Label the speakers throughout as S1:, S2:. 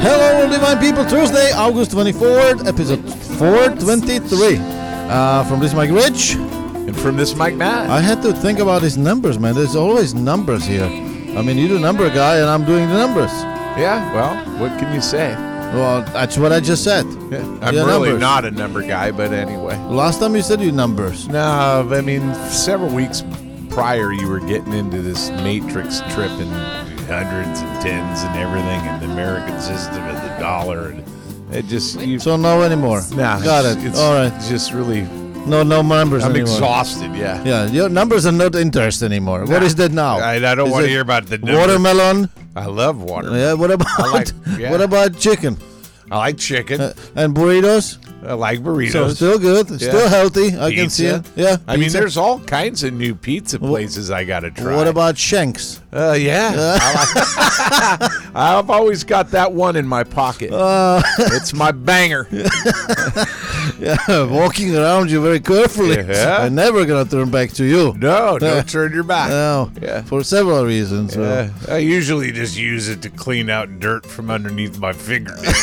S1: Hello, Divine People. Thursday, August 24th, episode 423. Uh, from this Mike Rich.
S2: And from this Mike Matt.
S1: I had to think about his numbers, man. There's always numbers here. I mean, you do number guy, and I'm doing the numbers.
S2: yeah, well, what can you say?
S1: Well, that's what I just said.
S2: Yeah, I'm
S1: Yeah,
S2: really
S1: numbers.
S2: not a number guy, but anyway.
S1: Last time you said you numbers.
S2: No, I mean, several weeks prior, you were getting into this matrix trip and hundreds and tens and everything and the American system and the dollar. And it just, you.
S1: So no anymore.
S2: Nah,
S1: Got
S2: it's-
S1: it.
S2: It's
S1: All right.
S2: just really,
S1: No, no numbers
S2: I'm
S1: anymore.
S2: exhausted. Yeah.
S1: Yeah, your numbers are not interest anymore. What
S2: Nah.
S1: is that now?
S2: I, I don't
S1: Is
S2: want
S1: it
S2: to hear about the number.
S1: Watermelon.
S2: I love water.
S1: Yeah. What about
S2: like- yeah.
S1: what about chicken
S2: I like chicken.
S1: Uh, and burritos?
S2: I like burritos.
S1: So still good, still healthy. I can see it.
S2: Pizza.
S1: Yeah.
S2: I mean,
S1: pizza.
S2: there's all kinds of new pizza places I gotta try.
S1: What about Shanks?
S2: Uh, yeah. I like- I've always got that one in my pocket.
S1: Uh.
S2: it's my banger.
S1: Yeah, walking around you very carefully.
S2: Yeah.
S1: I'm never gonna turn back to you.
S2: No,
S1: Yeah.
S2: don't turn your back.
S1: No,
S2: Yeah.
S1: for several reasons. so-
S2: Uh, I usually just use it to clean out dirt from underneath my fingernails.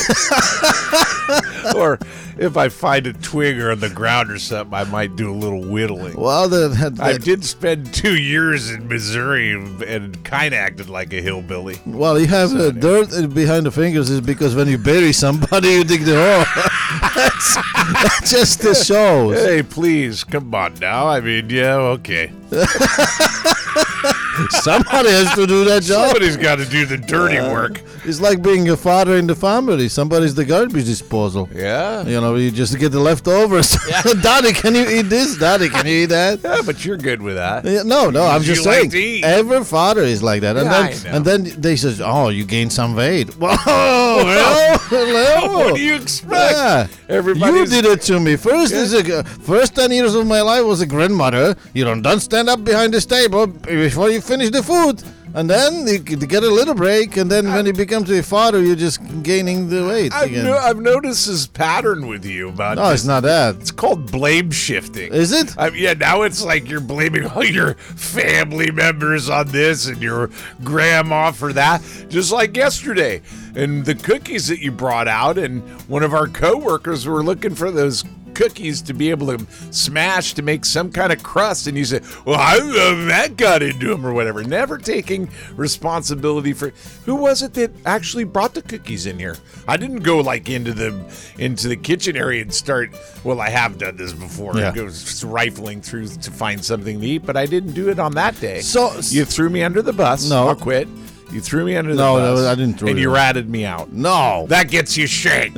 S2: or if I find a twig on the ground or something, I might do a little whittling.
S1: Well, the, the, the-
S2: I did spend two years in Missouri and kind of acted like a hillbilly.
S1: well, you have uh, dirt uh, behind the fingers is because when you bury somebody, you dig the hole. That's- that just the shows.
S2: Hey, please, come on now. I mean, yeah, okay.
S1: Somebody has to do that job.
S2: Somebody's got to do the dirty
S1: Uh,
S2: work.
S1: It's like being a father in the family. Somebody's the garbage disposal.
S2: Yeah.
S1: You know, you just get the leftovers. Daddy, can you eat this? Daddy, can you eat that?
S2: Yeah, but you're good with that.
S1: Yeah, No, no, I'm
S2: You
S1: just saying.
S2: like to eat.
S1: every father is like that, and
S2: Yeah, I
S1: then
S2: know.
S1: and then they says, "Oh, you gained some weight." Whoa, hello, hello.
S2: What do you expect?
S1: Yeah.
S2: Everybody's-
S1: You did it to me. First is a, g- first ten years of my life was a grandmother. You don't don't stand up behind this table before you finish the food, and then you c- get a little break, and then when you become to a father, you're just gaining the weight
S2: I've,
S1: again.
S2: no- I've noticed this pattern with you about
S1: no,
S2: this.
S1: it's not that.
S2: It's called blame shifting.
S1: Is it?
S2: I mean, yeah, now it's like you're blaming all your family members on this and your grandma for that, just like yesterday. And the cookies that you brought out, and one of our coworkers were looking for those cookies to be able to smash to make some kind of crust and you said well i love that got into him or whatever never taking responsibility for who was it that actually brought the cookies in here i didn't go like into the into the kitchen area and start well i have done this before and
S1: Yeah.
S2: go was rifling through to find something to eat, but I didn't do it on that day.
S1: So-
S2: you threw me under the bus.
S1: No.
S2: I'll quit. You threw me under the
S1: No,
S2: bus.
S1: no, I didn't throw
S2: And
S1: you.
S2: you ratted me out.
S1: No,
S2: That gets you shanked.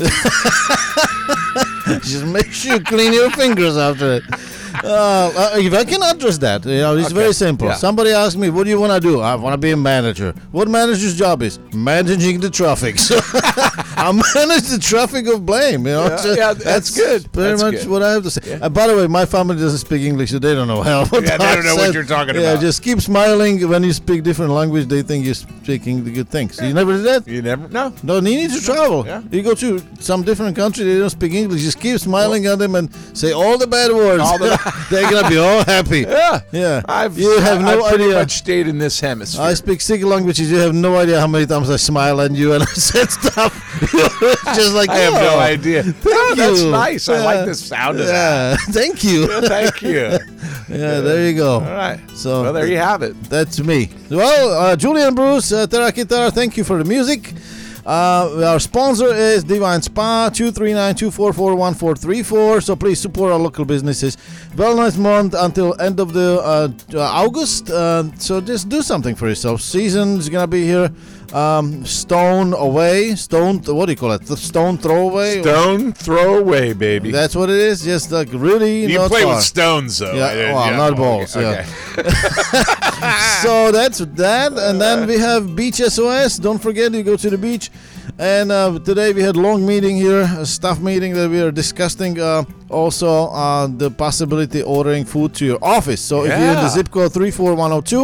S1: Just make sure you clean your fingers after it. Uh, uh, if I can address that, you know, it's very simple.
S2: yeah.
S1: Somebody asked me, "What do you want to do?" I want to be a manager. What manager's job is managing the traffic? So I manage the traffic of blame. You know,
S2: Yeah,
S1: So
S2: yeah, that's good.
S1: Pretty
S2: That's
S1: much
S2: good.
S1: what I have to say. And by the way, my family doesn't speak English, so they don't know how. what
S2: Yeah, they don't
S1: I
S2: know what
S1: said.
S2: you're talking
S1: Yeah,
S2: about.
S1: just keep smiling when you speak different language. They think you're speaking the good things. You never did that.
S2: you never know.
S1: No, you need to travel.
S2: Yeah.
S1: You go to some different country, they don't speak English. Just keep smiling at them and say all the bad words.
S2: All the-
S1: They're gonna be all happy.
S2: Yeah.
S1: Yeah.
S2: I've,
S1: you have no
S2: I've pretty
S1: idea.
S2: much stayed in this hemisphere.
S1: I speak six languages. You have no idea how many times I smile at you and I said stuff. Just like
S2: I have no
S1: "Oh,
S2: idea.
S1: Thank
S2: oh, that's
S1: you."
S2: nice. I
S1: Yeah.
S2: like the sound of that.
S1: Yeah. Thank you.
S2: Thank you.
S1: yeah. There you go.
S2: All right.
S1: So-
S2: well, there you have it.
S1: That's me. Well, uh, Julian Bruce, uh, Terra Guitar, thank you for the music. Uh, our sponsor is Divine Spa, 239-244-1434. So please support our local businesses. Wellness month until end of the uh, uh, August. Uh, so just do something for yourself. Season is going to be here. Um, stone away. Stone, what do you call it? The stone throwaway?
S2: Stone throw away, baby.
S1: That's what it is. Just like really
S2: you
S1: not
S2: play
S1: far.
S2: with stones, though.
S1: Yeah,
S2: I didn't-
S1: well, not
S2: okay,
S1: balls, yeah.
S2: okay.
S1: so that's that and then we have beach sos don't forget you go to the beach And uh, today we had long meeting here, a staff meeting that we are discussing uh, also uh, the possibility ordering food to your office. So if you're in the
S2: Yeah.
S1: zip code 34102,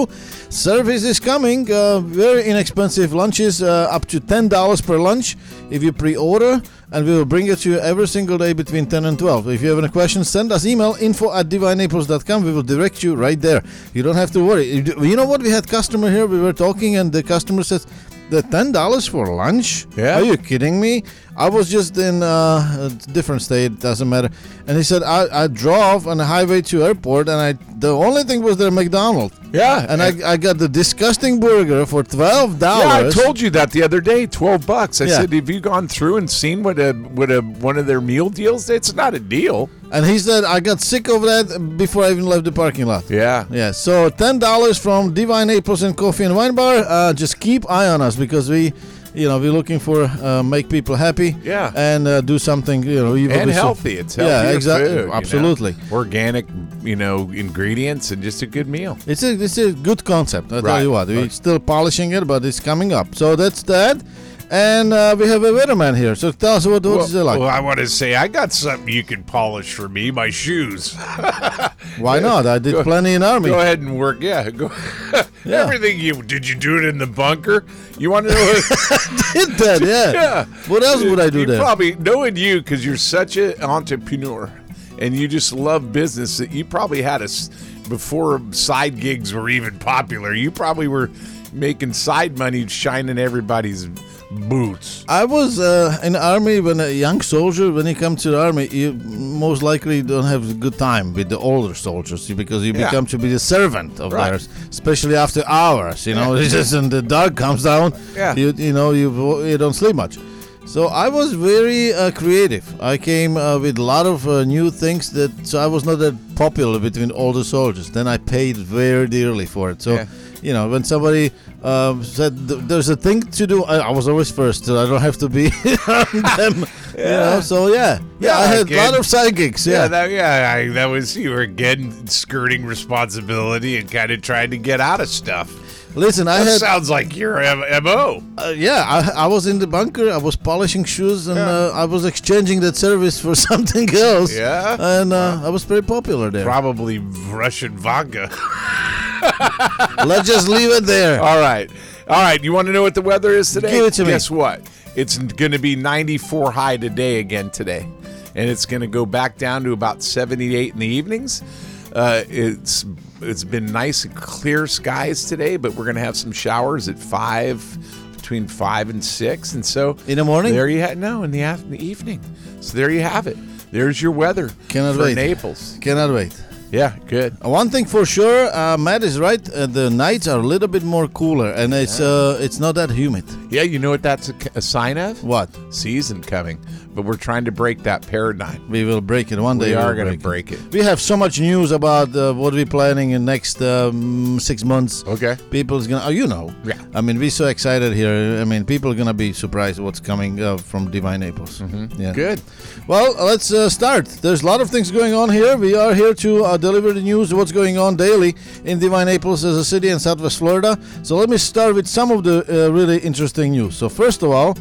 S1: service is coming. Uh, very inexpensive lunches, uh, up to $10 per lunch if you pre-order. And we will bring it to you every single day between 10 and 12. If you have any questions, send us email info at divineaples.com. We will direct you right there. You don't have to worry. You do- you know what? We had customer here. We were talking and the customer says, the $10 for lunch?
S2: Yeah.
S1: Are you kidding me? I was just in uh, a different state, doesn't matter. And he said, I, I drove on the highway to airport and I the only thing was the McDonald's.
S2: Yeah,
S1: And I, I got the disgusting burger for $12.
S2: Yeah, I told you that the other day, twelve bucks. I
S1: Yeah.
S2: said, "Have you gone through and seen what a what a one of their meal deals? It's not a deal."
S1: and he said, I got sick of that before I even left the parking lot.
S2: Yeah,
S1: Yeah, so ten dollars from Divine Naples and Coffee and Wine Bar. Uh, just keep eye on us because we, you know, we're looking for uh, make people happy.
S2: Yeah.
S1: and uh, do something you know even
S2: and healthy. It's healthy.
S1: yeah, exactly,
S2: Food, you know?
S1: absolutely.
S2: Organic, you know, ingredients and just a good meal.
S1: It's a it's a good concept. I tell
S2: Right.
S1: you what, we're
S2: Right.
S1: still polishing it, but it's coming up. So that's that, and uh, we have a weatherman here. So tell us what what's it like?
S2: well, I want to say I got something you can polish for me. My shoes.
S1: Why not? I did plenty in army.
S2: Go ahead and work. Yeah, go.
S1: Yeah.
S2: Everything you did you do it in the bunker? You want to know?
S1: Did that? Yeah.
S2: yeah.
S1: What else would I do
S2: you
S1: there?
S2: Probably knowing you because you're such an entrepreneur and you just love business that you probably had a s- before side gigs were even popular. You probably were making side money shining everybody's boots.
S1: I was uh, in army when a young soldier. When you come to the army, you most likely don't have a good time with the older soldiers you- because you
S2: Yeah.
S1: become to be the servant of
S2: Right.
S1: theirs, especially after hours. You know, it's just and the dark comes down.
S2: Yeah.
S1: You you know you you don't sleep much. So I was very uh, creative. I came uh, with a lot of uh, new things that so I was not that popular between older soldiers. Then I paid very dearly for it. So
S2: Yeah.
S1: you know when somebody um, said th- there's a thing to do I, I was always first so i don't have to be around them you know so yeah yeah,
S2: Yeah,
S1: i had a
S2: kid.
S1: lot of psychics yeah,
S2: Yeah, that, yeah, I, that was you were again skirting responsibility and kind of trying to get out of stuff.
S1: listen i
S2: That
S1: had
S2: sounds like your M- mo.
S1: uh, yeah I, I was in the bunker i was polishing shoes and uh, i was exchanging that service for something else
S2: Yeah?
S1: and uh, i was very popular there
S2: Probably Russian vodka.
S1: let's just leave it there
S2: All right. All right. You want to know what the weather is today?
S1: Give it to me.
S2: Guess what? It's going to be 94 high today again today. And it's going to go back down to about 78 in the evenings. Uh, it's it's been nice and clear skies today, but we're going to have some showers at 5 between 5 and 6 and so
S1: In the morning?
S2: There you have no, in the, af- in the evening. So there you have it. There's your weather
S1: Cannot
S2: for
S1: wait.
S2: Naples.
S1: cannot wait
S2: Yeah, good.
S1: Uh, One thing for sure, uh, Matt is right. Uh, the nights are a little bit more cooler, and it's uh, it's not that humid.
S2: Yeah, you know what that's a, a sign of?
S1: What?
S2: season coming, but we're trying to break that paradigm.
S1: We will break it one day.
S2: We are
S1: we'll
S2: going to break it.
S1: We have so much news about uh, what we're planning in next um, six months.
S2: Okay.
S1: People's gonna, oh, you know.
S2: Yeah.
S1: I mean, we're so excited here. I mean, people are gonna be surprised what's coming uh, from Divine Naples. Mm-hmm. Yeah.
S2: Good.
S1: Well, let's uh, start. There's a lot of things going on here. We are here to uh, deliver the news of what's going on daily in Divine Naples as a city in Southwest Florida. So let me start with some of the uh, really interesting news. So first of all,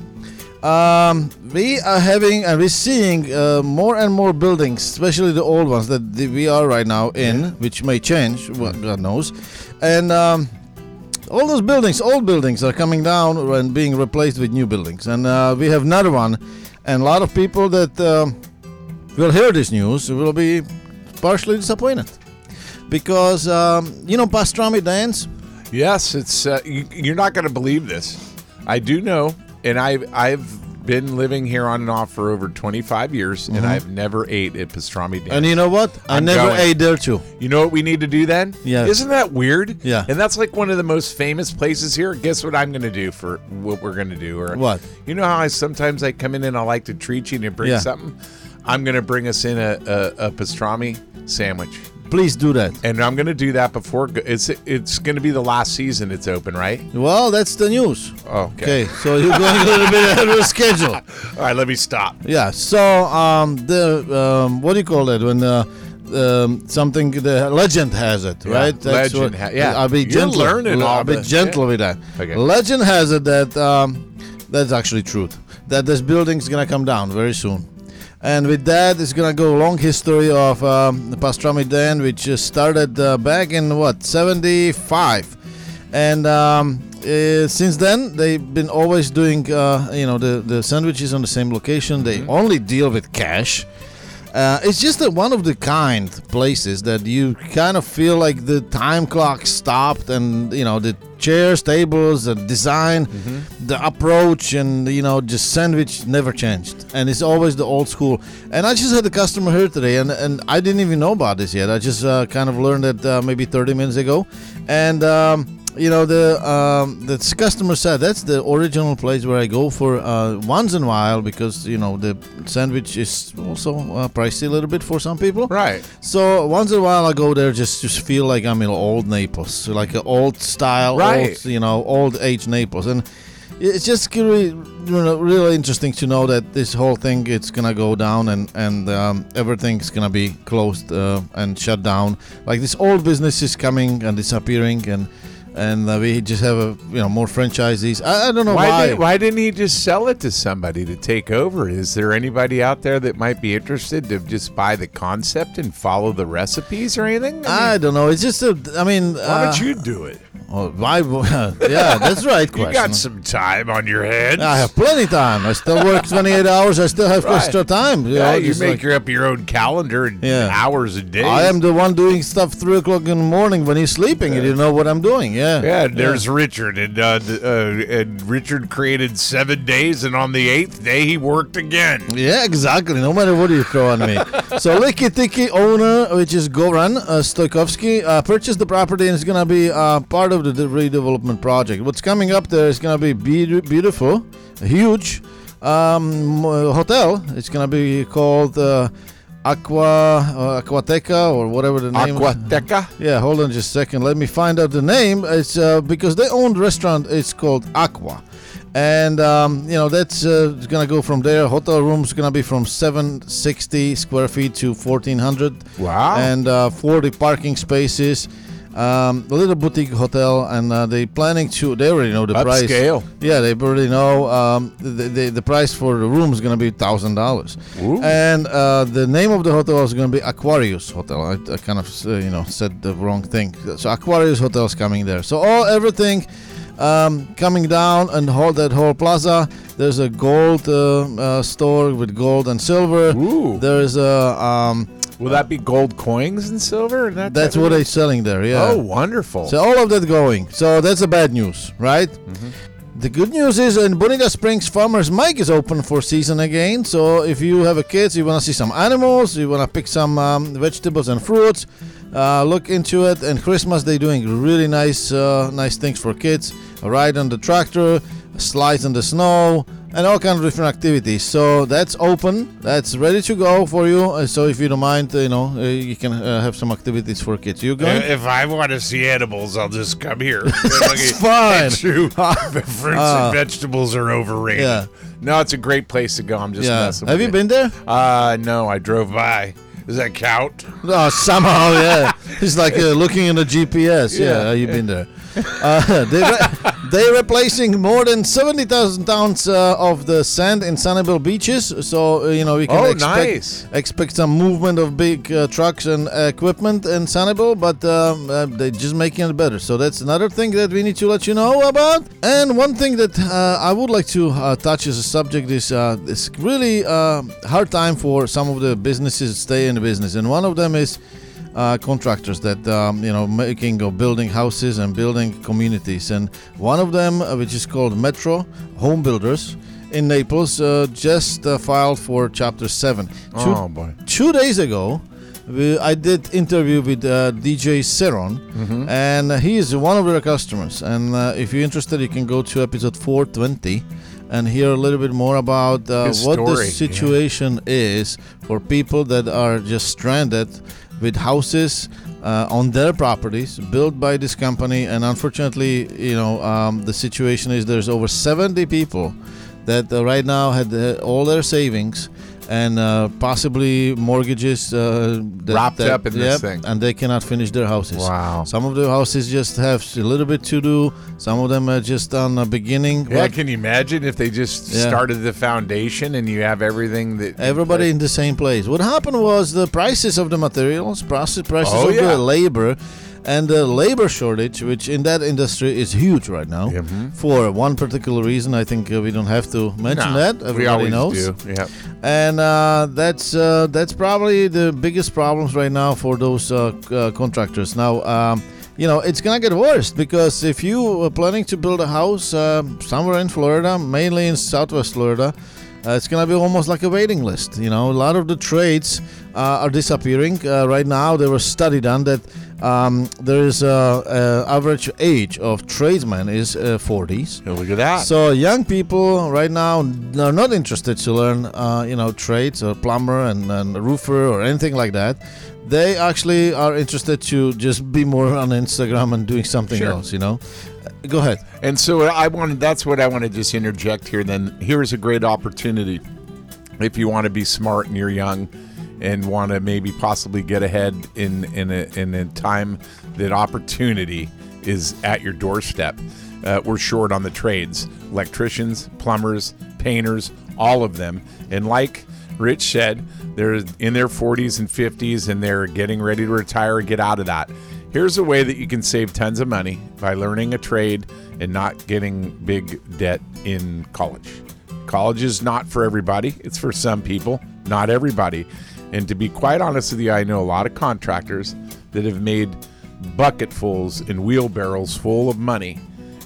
S1: um, we are having and we're seeing uh, more and more buildings, especially the old ones that the, we are right now in, which may change. Well, God knows, and. Um, all those buildings, old buildings, are coming down and being replaced with new buildings. And uh, we have another one, and a lot of people that um will hear this news will be partially disappointed because um, you know pastrami dance.
S2: Yes, it's uh, you, you're not going to believe this. I do know, and I I've been living here on and off for over 25 years, and I've never ate at pastrami. Dan.
S1: Mm-hmm. And you know what? I
S2: I'm
S1: never
S2: going.
S1: ate there too.
S2: You know what we need to do then?
S1: Yes.
S2: Isn't that weird?
S1: Yeah.
S2: And that's like one of the most famous places here. Guess what I'm going to do for what we're going to do? Or
S1: What?
S2: You know how I sometimes I come in and I like to treat you and you bring
S1: Yeah.
S2: something. I'm going to bring us in a, a, a pastrami sandwich,
S1: Please do that.
S2: and I'm going to do that before go- it's it's going to be the last season. It's open, right?
S1: Well, that's the news. okay
S2: Okay.
S1: so you're going a little bit ahead of the schedule.
S2: All right, let me stop.
S1: Yeah. So um, the um, what do you call that when uh, um, something the legend has it, right?
S2: legend ha- yeah.
S1: I'll be
S2: You're
S1: gentle.
S2: learning
S1: I'll
S2: all
S1: be
S2: this,
S1: gentle with that.
S2: Okay.
S1: Legend has it that um, that's actually truth. that this building's gonna come down very soon. And with that, it's gonna go a long history of um, the Pastrami Den, which uh, started uh, back in what 75, and um, uh, since then they've been always doing uh, you know the the sandwiches on the same location. They only deal with cash. Uh, it's just a one of the kind places that you kind of feel like the time clock stopped, and you know the chairs, tables, the design, the approach, and you know just sandwich never changed, and it's always the old school. And I just had a customer here today, and and I didn't even know about this yet. I just uh, kind of learned it uh, maybe 30 minutes ago, and. Um, you know the um, the s- customer said that's the original place where I go for uh, once in a while because you know the sandwich is also uh, pricey a little bit for some people.
S2: Right.
S1: So once in a while I go there just just feel like I'm in old Naples, so like an old style,
S2: Right.
S1: old, you know, old age Naples, and it's just really, you know, really interesting to know that this whole thing it's gonna go down and and um, everything's gonna be closed uh, and shut down. Like this old business is coming and disappearing and. And uh, we just have a, you know more franchisees. I, I don't know why.
S2: Why, did, why didn't he just sell it to somebody to take over? Is there anybody out there that might be interested to just buy the concept and follow the recipes or anything?
S1: I don't know. It's just a. I mean,
S2: why
S1: uh,
S2: don't you do it?
S1: oh, why? yeah, that's right. Question.
S2: You got some time on your hands.
S1: I have plenty time. I still work 28 hours. I still have
S2: Right.
S1: extra time. You
S2: Yeah,
S1: know,
S2: you
S1: just
S2: make
S1: like-
S2: your, up your own calendar and
S1: Yeah.
S2: hours a day.
S1: I am the one doing stuff three o'clock in the morning when he's sleeping. and You know what I'm doing? Yeah.
S2: Yeah, and there's Richard, and uh, th- uh, and Richard created seven days, and on the eighth day he worked again.
S1: Yeah, exactly. No matter what you throw at me. so Licky Tiki owner, which is Goran uh, Stojkovski, uh, purchased the property and is going to be uh, part of the de- redevelopment project. What's coming up there is going to be be- beautiful, huge um, uh, hotel. It's going to be called uh, Aqua uh, Aquateca or whatever the name.
S2: Aquateca.
S1: Yeah, hold on just a second. Let me find out the name. It's uh, because they owned restaurant. It's called Aqua, and um, you know that's uh, it's gonna go from there. Hotel room's gonna be from 760 square feet to 1400.
S2: Wow.
S1: And uh, 40 parking spaces. Um, a little boutique hotel, and uh, they planning to. They already know the price.
S2: Upscale.
S1: Yeah, they already know. Um, the, the the price for the room is gonna be thousand dollars.
S2: Ooh.
S1: And uh, the name of the hotel is going to be Aquarius Hotel. I, I kind of uh, you know said the wrong thing. So Aquarius Hotel is coming there. So all everything um, coming down and hold that whole plaza. There's a gold uh, uh, store with gold and silver.
S2: Ooh.
S1: There's a um,
S2: Will that be gold coins and silver? And that
S1: that's
S2: type
S1: what
S2: of-
S1: they're selling there. Yeah.
S2: Oh, wonderful.
S1: So all of that going. So that's the bad news, right? The good news is in Bonita Springs, Farmers Mike is open for season again. So if you have a kids, you want to see some animals, you want to pick some um, vegetables and fruits, uh, look into it. And Christmas, they're doing really nice, uh, nice things for kids. A ride on the tractor, slides in the snow, and all kind of different activities. So that's open. That's ready to go for you. Uh, So if you don't mind, you know, uh, you can uh, have some activities for kids. You
S2: Uh,
S1: going?
S2: if I want to see animals, I'll just come here. That's
S1: fine.
S2: Fruits and vegetables are overrated.
S1: Ah. Yeah.
S2: No, it's a great place to go. I'm just
S1: Yeah.
S2: messing
S1: Have
S2: with
S1: you been there?
S2: Uh, no, I drove by. Does that count?
S1: Oh, somehow, yeah. It's like uh, looking in a GPS. Yeah,
S2: Yeah.
S1: you've been there. Uh, they re- they're replacing more than 70,000 tons uh, of the sand in Sanibel beaches. So, uh, you know, we can
S2: Oh,
S1: expect,
S2: nice.
S1: expect some movement of big uh, trucks and uh, equipment in Sanibel, but um, uh, they're just making it better. So, that's another thing that we need to let you know about. And one thing that uh, I would like to uh, touch as a subject is uh, it's really uh, hard time for some of the businesses to stay in the business. And one of them is uh, contractors that um, you know making or building houses and building communities. And one of them, uh, which is called Metro Home Builders in Naples, uh, just uh, filed for Chapter Seven. Two-
S2: Oh, boy.
S1: two days ago we, i did interview with uh, dj Seron,
S2: Mm-hmm.
S1: and he is one of their customers and uh, if you're interested you can go to episode 420 and hear a little bit more about uh,
S2: His
S1: what
S2: story,
S1: the
S2: yeah.
S1: situation is for people that are just stranded with houses uh, on their properties built by this company and unfortunately you know um, the situation is there's over 70 people that uh, right now had uh, all their savings and uh, possibly mortgages uh, that,
S2: Wrapped
S1: that-
S2: up in this thing.
S1: and they cannot finish their houses.
S2: Wow.
S1: Some of the houses just have a little bit to do. Some of them are just on the beginning.
S2: Yeah,
S1: but
S2: can you imagine if they just
S1: Yeah.
S2: started the foundation and you have everything that
S1: Everybody in the same place. What happened was the prices of the materials, prices, prices
S2: Oh,
S1: of
S2: yeah.
S1: the labor, and the labor shortage, which in that industry is huge right now.
S2: mm-hmm.
S1: For one particular reason, I think uh, we don't have to mention
S2: Nah,
S1: that.
S2: we
S1: Everybody
S2: always
S1: knows.
S2: do. Yeah.
S1: and uh, that's uh, that's probably the biggest problems right now for those uh, c- uh, contractors. Now, um, you know, it's gonna get worse because if you are planning to build a house uh, somewhere in Florida, mainly in Southwest Florida. Uh, it's gonna be almost like a waiting list. You know, a lot of the trades uh, are disappearing uh, right now. There was a study done that um, there is uh, uh, average age of tradesmen is uh, 40s,
S2: Yeah, Look at that.
S1: so young people right now are not interested to learn, uh, you know, trades or plumber and, and roofer or anything like that. They actually are interested to just be more on Instagram and doing something
S2: Sure.
S1: else. You know, Uh, go ahead.
S2: And so I wanted that's what I want to just interject here then here's a great opportunity if you want to be smart and you're young and want to maybe possibly get ahead in in a, in a time that opportunity is at your doorstep. Uh, we're short on the trades, electricians, plumbers, painters, all of them. And like Rich said, they're in their 40s and 50s and they're getting ready to retire and get out of that. Here's a way that you can save tons of money by learning a trade and not getting big debt in college. College is not for everybody. It's for some people, not everybody. And to be quite honest with you, I know a lot of contractors that have made bucketfuls and wheelbarrows full of money.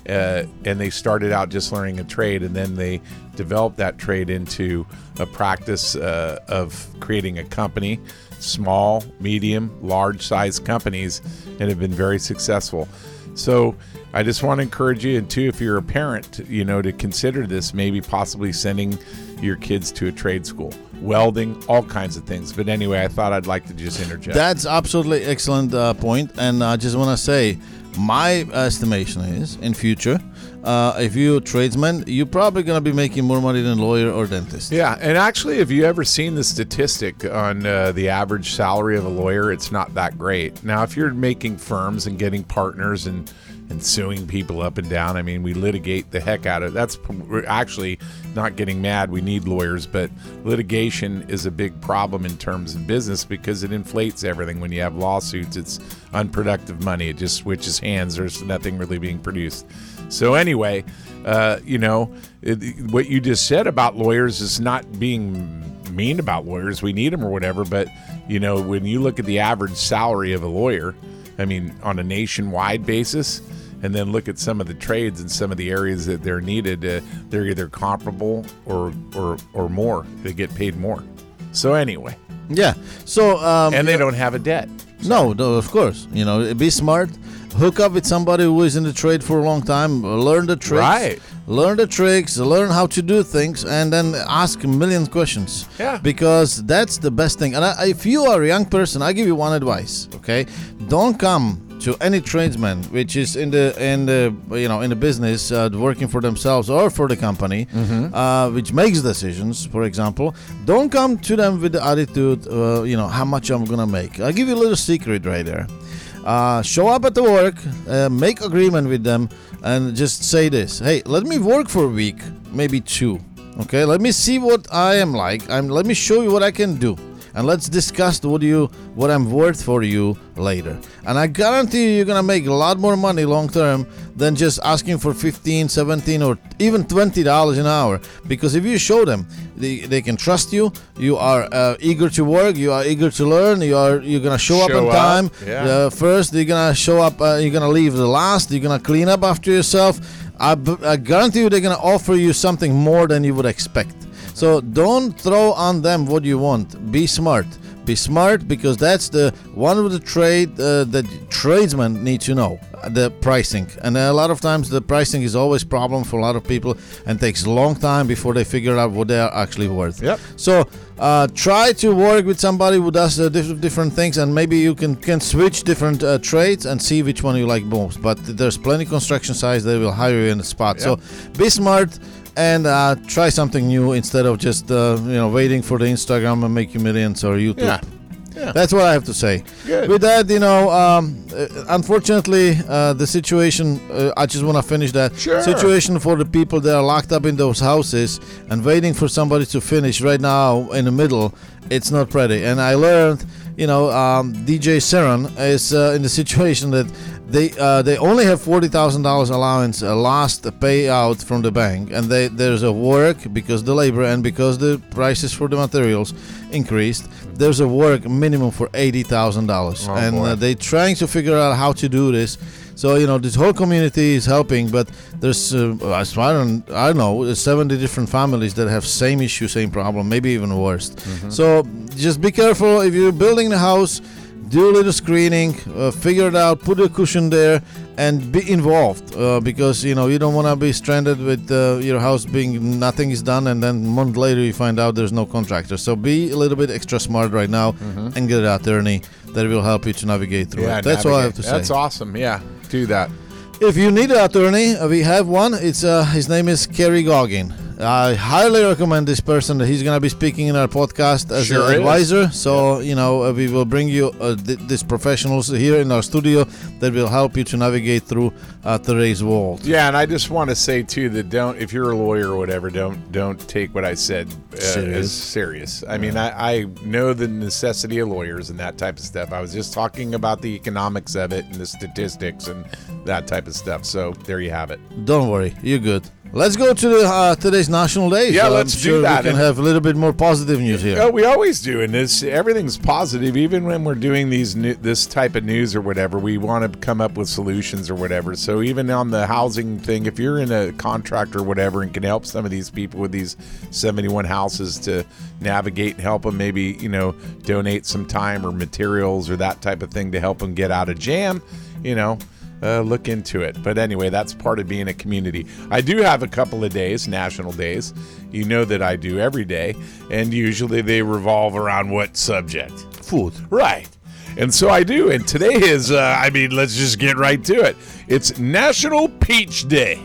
S2: Uh, and they started out just learning a trade and then they developed that trade into a practice uh, of creating a company, small, medium, large size companies, and have been very successful. So I just want to encourage you, and two, if you're a parent, you know, to consider this maybe possibly sending your kids to a trade school, welding, all kinds of things. But anyway, I thought I'd like to just interject.
S1: That's absolutely excellent uh, point, and I just want to say, my estimation is in future, uh, if you're a tradesman, you're probably gonna be making more money than lawyer or dentist.
S2: yeah, and actually, if you ever seen the statistic on uh, the average salary of a lawyer, it's not that great. Now, if you're making firms and getting partners and and suing people up and down, I mean, we litigate the heck out of. That's we're actually not getting mad. We need lawyers, but litigation is a big problem in terms of business because it inflates everything. When you have lawsuits, it's unproductive money. It just switches hands. There's nothing really being produced. So anyway, uh, you know, it, what you just said about lawyers is not being mean about lawyers. We need them or whatever. But you know, when you look at the average salary of a lawyer, I mean, on a nationwide basis, and then look at some of the trades and some of the areas that they're needed, uh, they're either comparable or or or more. They get paid more. So anyway,
S1: Yeah. So um,
S2: and they don't have a debt.
S1: No, no, of course. You know, be smart. Hook up with somebody who is in the trade for a long time. Learn the tricks.
S2: Right.
S1: Learn the tricks. Learn how to do things, and then ask a million questions.
S2: Yeah.
S1: Because that's the best thing. And I, if you are a young person, I give you one advice. Okay. Don't come to any tradesman which is in the in the you know in the business uh, working for themselves or for the company uh, which makes decisions for example don't come to them with the attitude uh, you know how much i'm gonna make i'll give you a little secret right there uh, show up at the work, uh, make agreement with them, and just say this: Hey, let me work for a week, maybe two. Okay, let me see what I am like. I'm. Let me show you what I can do, and let's discuss what you what I'm worth for you later. And I guarantee you, you're gonna make a lot more money long term than just asking for 15, 17, or even 20 dollars an hour. Because if you show them they, they can trust you, you are uh, eager to work, you are eager to learn, you are you're gonna show, up
S2: Show
S1: on
S2: up,
S1: time.
S2: yeah.
S1: uh, uh, first you're gonna show up uh, you're gonna leave the last you're gonna clean up after yourself I, b- I guarantee you they're gonna offer you something more than you would expect so don't throw on them what you want be smart be smart because that's the one of the trade uh, that tradesmen need to know uh, the pricing and a lot of times the pricing is always problem for a lot of people and takes a long time before they figure out what they are actually worth
S2: Yep.
S1: so uh, try to work with somebody who does uh, diff- different things, and maybe you can can switch different uh, trades and see which one you like most. But there's plenty construction sites that will hire you in the spot. So be smart. and uh, try something new instead of just uh, you know waiting for the Instagram and make you millions or YouTube.
S2: Yeah. Yeah.
S1: That's what I have to say.
S2: Good.
S1: With that, you know, um, uh, unfortunately, uh, the situation, uh, I just want to finish that.
S2: Sure.
S1: Situation for the people that are locked up in those houses and waiting for somebody to finish right now in the middle, it's not pretty. And I learned, you know, um, DJ Saran is uh, in the situation that they uh, they only have $40,000 allowance, uh, last payout from the bank. And they there's a work because the labor and because the prices for the materials increased, there's a work minimum for $80,000. and
S2: boy.
S1: uh, they trying to figure out how to do this. So you know this whole community is helping, but there's uh, as I don't I don't know there's 70 different families that have same issue, same problem, maybe even worse. So just be careful if you're building a house. Do a little screening, uh, figure it out, put a cushion there, and be involved uh, because you know you don't want to be stranded with uh, your house being nothing is done, and then a month later you find out there's no contractor. So be a little bit extra smart right now and get an attorney that will help you to navigate through
S2: Mm-hmm. Yeah,
S1: it. That's all I have
S2: navigate.
S1: to say.
S2: That's awesome. Yeah, do that.
S1: If you need an attorney, uh, we have one. It's uh, his name is Kerry Goggin. I highly recommend this person. He's going to be speaking in our podcast as
S2: Sure
S1: an
S2: is.
S1: advisor. So you know uh, we will bring you uh, th- these professionals here in our studio that will help you to navigate through uh, today's world.
S2: Yeah, and I just want to say too that don't if you're a lawyer or whatever, don't don't take what I said uh,
S1: Serious.
S2: as serious. I mean, I, I know the necessity of lawyers and that type of stuff. I was just talking about the economics of it and the statistics and that type of stuff. So there you have it.
S1: Don't worry, you're good. Let's go to the, uh, today's national day.
S2: Yeah,
S1: so
S2: let's
S1: I'm
S2: do
S1: sure
S2: that.
S1: We can
S2: And-
S1: have a little bit more positive news here.
S2: Oh, we always do, and this everything's positive. Even when we're doing these new, this type of news or whatever, we want to come up with solutions or whatever. So even on the housing thing, if you're in a contract or whatever and can help some of these people with these 71 houses to navigate and help them, maybe you know donate some time or materials or that type of thing to help them get out of jam, you know. Uh, look into it. But anyway, that's part of being a community. I do have a couple of days, national days. You know that I do every day. And usually they revolve around what subject?
S1: Food.
S2: Right. And so I do. And today is, uh, I mean, let's just get right to it. It's National Peach Day.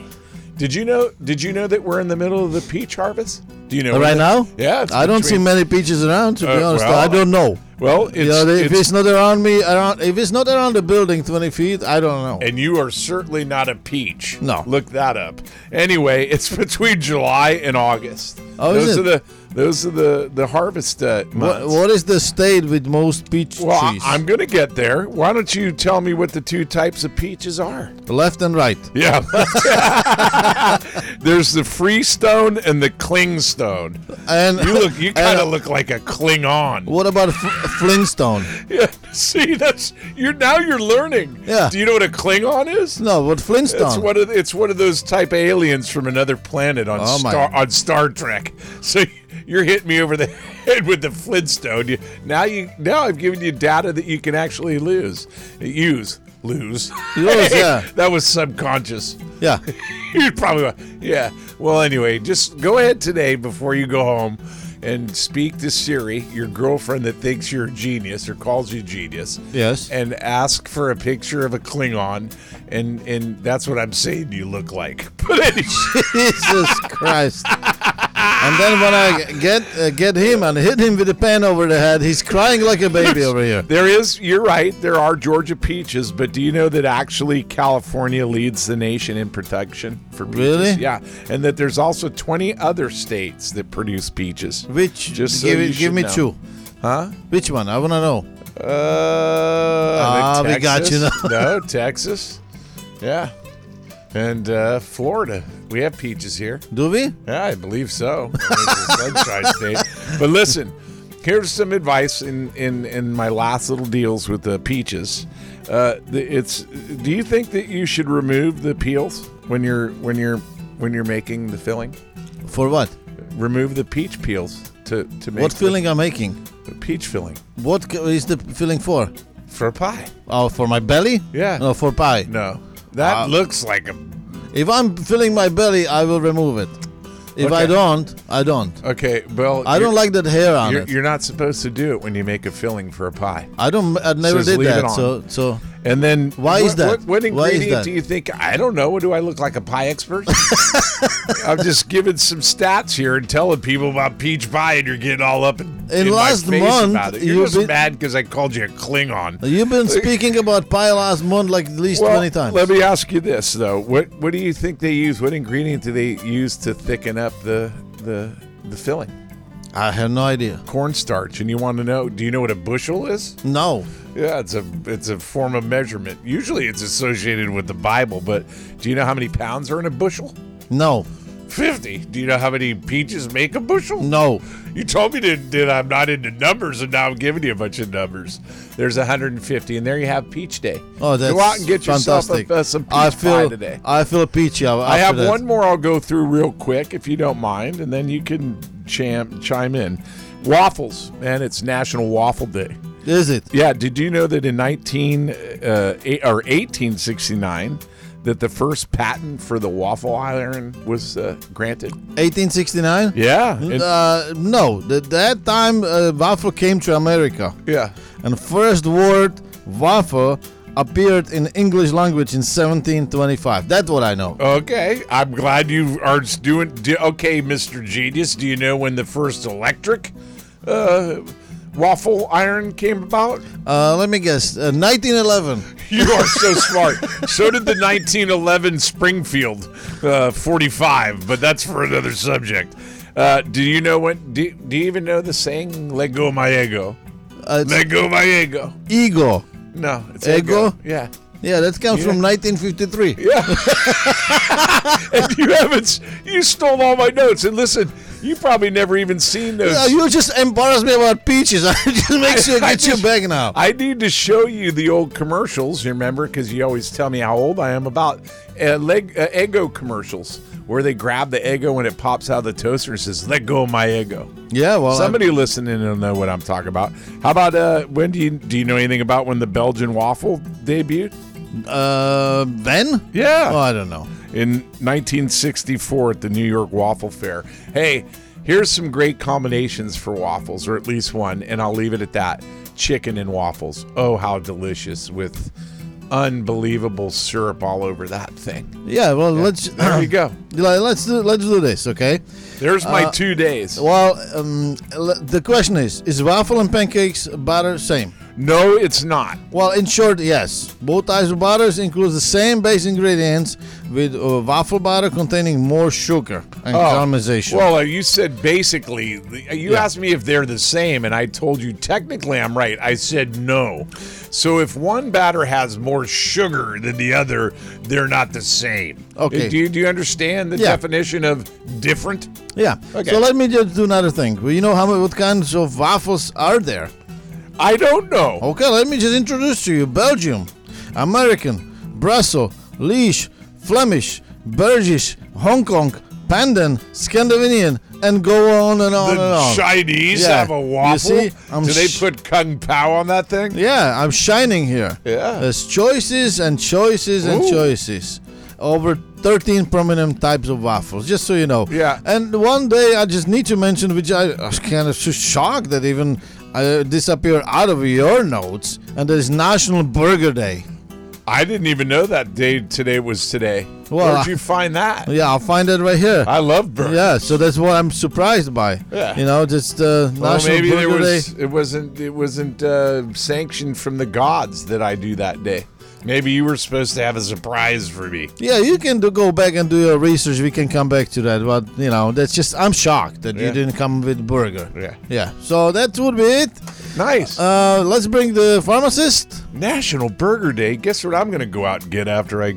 S2: Did you know? Did you know that we're in the middle of the peach harvest? Do you know
S1: Right
S2: when it-
S1: now?
S2: Yeah, it's
S1: I don't see
S2: between-
S1: many peaches around. To be
S2: Uh,
S1: honest,
S2: well,
S1: I don't know.
S2: Well, it's,
S1: you know, if
S2: it's-
S1: it's not around me, around if it's not around the building twenty feet, I don't know.
S2: and you are certainly not a peach.
S1: No.
S2: look that up. Anyway, it's between July and August.
S1: Oh,
S2: those
S1: is it?
S2: are the those are the the harvest uh,
S1: What,
S2: months.
S1: what is the state with most peach
S2: well, I-
S1: trees?
S2: I'm gonna get there. Why don't you tell me what the two types of peaches are?
S1: Left and right.
S2: Yeah, there's the freestone and the clingstone.
S1: And
S2: You look, you
S1: and
S2: kind of look like a Klingon.
S1: What about F- Flintstone?
S2: Yeah, see, that's you're now you're learning.
S1: Yeah.
S2: Do you know what a Klingon is?
S1: No, what
S2: It's
S1: Flintstone?
S2: one of it's one of those type aliens from another planet on
S1: Oh, my.
S2: Star on Star Trek. So you're hitting me over the head with the Flintstone. You, now you now I've given you data that you can actually lose, use, lose.
S1: Lose, yeah.
S2: that was subconscious.
S1: yeah.
S2: You'd probably wa- yeah. Well, anyway, just go ahead today before you go home and speak to Siri, your girlfriend that thinks you're a genius or calls you genius
S1: Yes.
S2: and ask for a picture of a Klingon, and and that's what I'm saying you look like. But anyway,
S1: Jesus Christ. And then when I get uh, get him and hit him with a pen over the head, he's crying like a baby over here.
S2: there is you're right. There are Georgia peaches, but do you know that actually California leads the nation in production for peaches?
S1: Really?
S2: Yeah, and that there's also 20 other states that produce peaches.
S1: Which
S2: Just so
S1: give
S2: you
S1: it- give
S2: should
S1: me
S2: know.
S1: two.
S2: Huh?
S1: Which one? I wanna know.
S2: Uh, ah,
S1: Ah, we got you
S2: no, Texas. Yeah. And uh, Florida. We have peaches here.
S1: Do we?
S2: Yeah, I believe so. It's a sunshine state. But listen, here's some advice in in in my last little deals with the peaches. Uh, the- it's do you think that you should remove the peels when you're when you're when you're making the filling?
S1: For what?
S2: Remove the peach peels to to make
S1: What
S2: the-
S1: filling I'm making?
S2: the peach filling
S1: What c- is the filling for?
S2: for a pie.
S1: Oh, for my belly?
S2: Yeah.
S1: No, for pie.
S2: No, that
S1: Uh,
S2: looks like a
S1: If I'm filling my belly, I will remove it. If I
S2: Okay.
S1: don't, I don't.
S2: okay. Well,
S1: I don't
S2: you're-
S1: like that hair on
S2: You're,
S1: it.
S2: you're not supposed to do it when you make a filling for a pie.
S1: I don't. I never
S2: Says
S1: did
S2: leave
S1: that.
S2: it on.
S1: So so
S2: And then
S1: Why
S2: what,
S1: is that?
S2: What, what
S1: Why is
S2: ingredient
S1: that?
S2: do you think? I don't know. Do I look like a pie expert? I'm just giving some stats here and telling people about peach pie, and you're getting all up in,
S1: In
S2: my
S1: last
S2: face
S1: month,
S2: about it. You're
S1: you've
S2: just
S1: been-
S2: mad because I called you a Klingon.
S1: You've been speaking about pie last month like at least
S2: Well,
S1: 20 times.
S2: let me ask you this though: what what do you think they use? What ingredient do they use to thicken up the the the filling?
S1: I have no idea.
S2: Cornstarch. And you want to know? Do you know what a bushel is?
S1: No.
S2: Yeah, it's a it's a form of measurement. Usually, it's associated with the Bible. But do you know how many pounds are in a bushel?
S1: No.
S2: Fifty. Do you know how many peaches make a bushel?
S1: No.
S2: You told me that, that I'm not into numbers, and now I'm giving you a bunch of numbers. There's 150, and there you have Peach Day.
S1: Oh, that's
S2: Go out and get
S1: fantastic.
S2: yourself a, uh, some peach
S1: I feel,
S2: pie today.
S1: I feel peachy. a-
S2: I
S1: after
S2: have
S1: that.
S2: one more I'll go through real quick if you don't mind, and then you can cham- chime in. Waffles, man, it's National Waffle Day.
S1: Is it?
S2: Yeah, did you know that in 19 uh, eight, or 1869 that the first patent for the waffle iron was uh, granted?
S1: 1869?
S2: Yeah. it-
S1: Uh, no. Th- that time, uh, waffle came to America.
S2: yeah.
S1: And first word, waffle, appeared in English language in 1725. That's what I know.
S2: Okay, I'm glad you are doing. Do, okay, Mr. Genius, do you know when the first electric uh, waffle iron came about?
S1: Uh, let me guess. Uh, 1911.
S2: You are so smart. So did the 1911 Springfield uh, 45, but that's for another subject. Uh, do you know what? Do, do you even know the saying? Let go of my ego.
S1: Uh, it's
S2: Let go of my ego.
S1: ego.
S2: No, it's
S1: Ego?
S2: Yeah.
S1: Yeah, that comes from 1953.
S2: Yeah. and you haven't, s- you stole all my notes. And listen, you probably never even seen those.
S1: Uh, you just embarrassed me about peaches. I just make sure I
S2: I
S1: get you
S2: just-
S1: back now.
S2: I need to show you the old commercials, you remember, because you always tell me how old I am about uh, leg, uh, Eggo commercials, where they grab the Eggo when it pops out of the toaster and says, let go of my Eggo.
S1: yeah, well, uh, I'm-
S2: Somebody listening will know what I'm talking about. How about uh, when do you do you know anything about when the Belgian waffle debuted?
S1: uh, then?
S2: Yeah,
S1: Oh, I don't know.
S2: in 1964 at the New York Waffle Fair. Hey, here's some great combinations for waffles, or at least one, and I'll leave it at that. Chicken and waffles. Oh, how delicious with unbelievable syrup all over that thing.
S1: Yeah, well, let's
S2: There you go.
S1: Like, let's do let's do this, okay?
S2: There's my two days.
S1: Well, um, l- the question is: Is waffle and pancakes batter same?
S2: No, it's not.
S1: Well, in short, yes. Both types of batters include the same base ingredients, with uh, waffle batter containing more sugar and caramelization.
S2: Oh. Well, uh, you said basically, the- you
S1: Yeah.
S2: asked me if they're the same, and I told you technically I'm right. I said no. So if one batter has more sugar than the other, they're not the same. Uh,
S1: Okay.
S2: Do you, do you understand the
S1: Yeah.
S2: definition of different?
S1: yeah.
S2: okay.
S1: So let me just do another thing. Well, you know how many, what kinds of waffles are there?
S2: I don't know.
S1: Okay, let me just introduce to you Belgium, American, Brussels, Liege, Flemish, Belgish, Hong Kong, Pandan, Scandinavian, and go on and on and
S2: The
S1: on.
S2: Chinese
S1: Yeah.
S2: have a
S1: You
S2: waffle.
S1: see, I'm
S2: do they
S1: sh-
S2: put kung pao on that thing?
S1: yeah, I'm shining here.
S2: Yeah.
S1: There's choices and choices and
S2: Ooh.
S1: choices. Over 13 prominent types of waffles, just so you know.
S2: Yeah.
S1: And one day I just need to mention, which I I was kind of so shocked that even uh, disappeared out of your notes, and there's National Burger Day.
S2: I didn't even know that day today was today.
S1: Well,
S2: Where'd
S1: I-
S2: you find that?
S1: Yeah, I'll find it right here.
S2: I love burgers.
S1: Yeah, so that's what I'm surprised by.
S2: Ah, Yeah.
S1: You know, just uh,
S2: Well,
S1: National
S2: maybe
S1: Burger
S2: there was
S1: Day.
S2: it wasn't it wasn't uh, sanctioned from the gods that I do that day. Maybe you were supposed to have a surprise for me.
S1: Yeah, you can do, go back and do your research. We can come back to that. But, you know, that's just, I'm shocked that
S2: Yeah.
S1: you didn't come with burger.
S2: Yeah.
S1: Yeah. So that would be it.
S2: Nice.
S1: Uh, let's bring the pharmacist.
S2: National Burger Day. Guess what I'm going to go out and get after I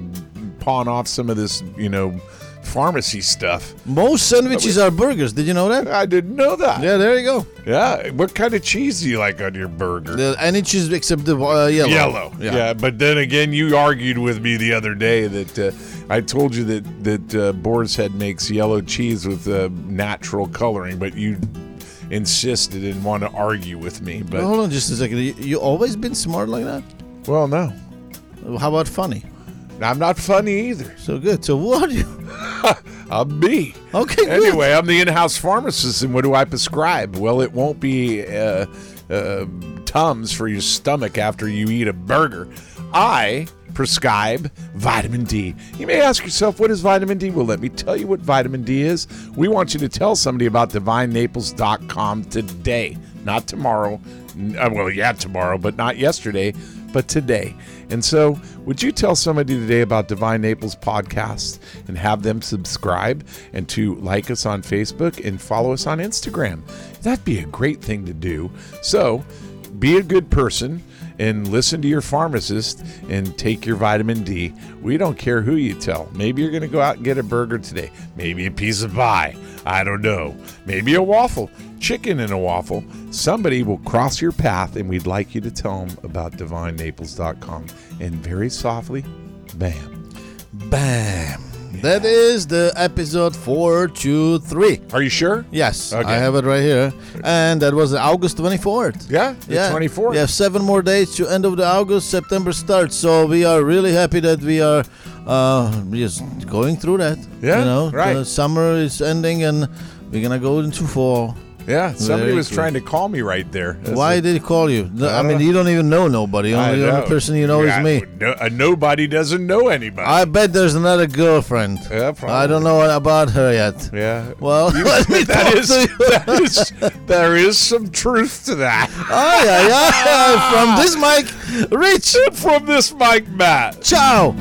S2: pawn off some of this, you know, pharmacy stuff.
S1: Most
S2: Oh,
S1: sandwiches are burgers. Did you know that?
S2: I didn't know that.
S1: Yeah, there you go.
S2: Yeah. What kind of cheese do you like on your burger?
S1: The, any cheese except the uh, yellow.
S2: Yellow. Yeah.
S1: Yeah.
S2: but then again, you argued with me the other day that uh, I told you that that uh, Boar's Head makes yellow cheese with uh, natural coloring, but you insisted and want to argue with me. But
S1: Hold on just a second. You, you always been smart like that?
S2: well, no,
S1: How about funny?
S2: I'm not funny either.
S1: So good. So what? are you?
S2: I'm me.
S1: Okay, good.
S2: Anyway, I'm the in-house pharmacist, and what do I prescribe? Well, it won't be uh, uh, tums for your stomach after you eat a burger. I prescribe vitamin D. You may ask yourself, what is vitamin D? Well, let me tell you what vitamin D is. We want you to tell somebody about divinenaples.com today, not tomorrow. N- uh, Well, yeah, tomorrow, but not yesterday, but today. And so, would you tell somebody today about Divine Naples podcast and have them subscribe and to like us on Facebook and follow us on Instagram? That'd be a great thing to do. So, be a good person and listen to your pharmacist and take your vitamin D. We don't care who you tell. Maybe you're going to go out and get a burger today, maybe a piece of pie. I don't know. Maybe a waffle, chicken in a waffle. Somebody will cross your path, and we'd like you to tell them about divinenaples.com. And very softly, bam.
S1: Bam. That is the episode 423.
S2: Are you sure?
S1: Yes,
S2: Okay.
S1: I have it right here. And that was August 24th.
S2: Yeah, the 24th.
S1: We have seven more days to end of the August. September starts, so we are really happy that we are uh, just going through that.
S2: Yeah,
S1: you know,
S2: right.
S1: The summer is ending, and we're gonna go into fall.
S2: Yeah, somebody
S1: Very
S2: was
S1: cool.
S2: trying to call me right there. That's
S1: Why
S2: a-
S1: did he call you? No, I,
S2: don't
S1: mean,
S2: know.
S1: you don't even know nobody.
S2: I
S1: Only the
S2: know.
S1: only person you know
S2: Yeah,
S1: is me.
S2: No, uh, nobody doesn't know anybody.
S1: I bet there's another girlfriend.
S2: Yeah, probably.
S1: I don't know about her yet.
S2: yeah.
S1: Well, let me talk
S2: That is,
S1: to you.
S2: that is, there is some truth to that.
S1: Oh yeah, yeah. From this mic, Rich.
S2: From this Mike Matt.
S1: Ciao.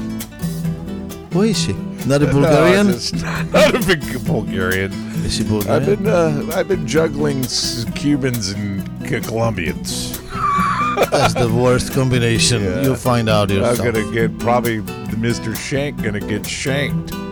S1: Who is she? Not a Bulgarian?
S2: No, it's not a big Bulgarian.
S1: is she Bulgarian?
S2: I've been uh, I've been juggling s- Cubans and C- Colombians.
S1: That's the worst combination.
S2: Yeah.
S1: You'll find out
S2: I'm
S1: yourself.
S2: gonna get probably Mr. Shank gonna get shanked.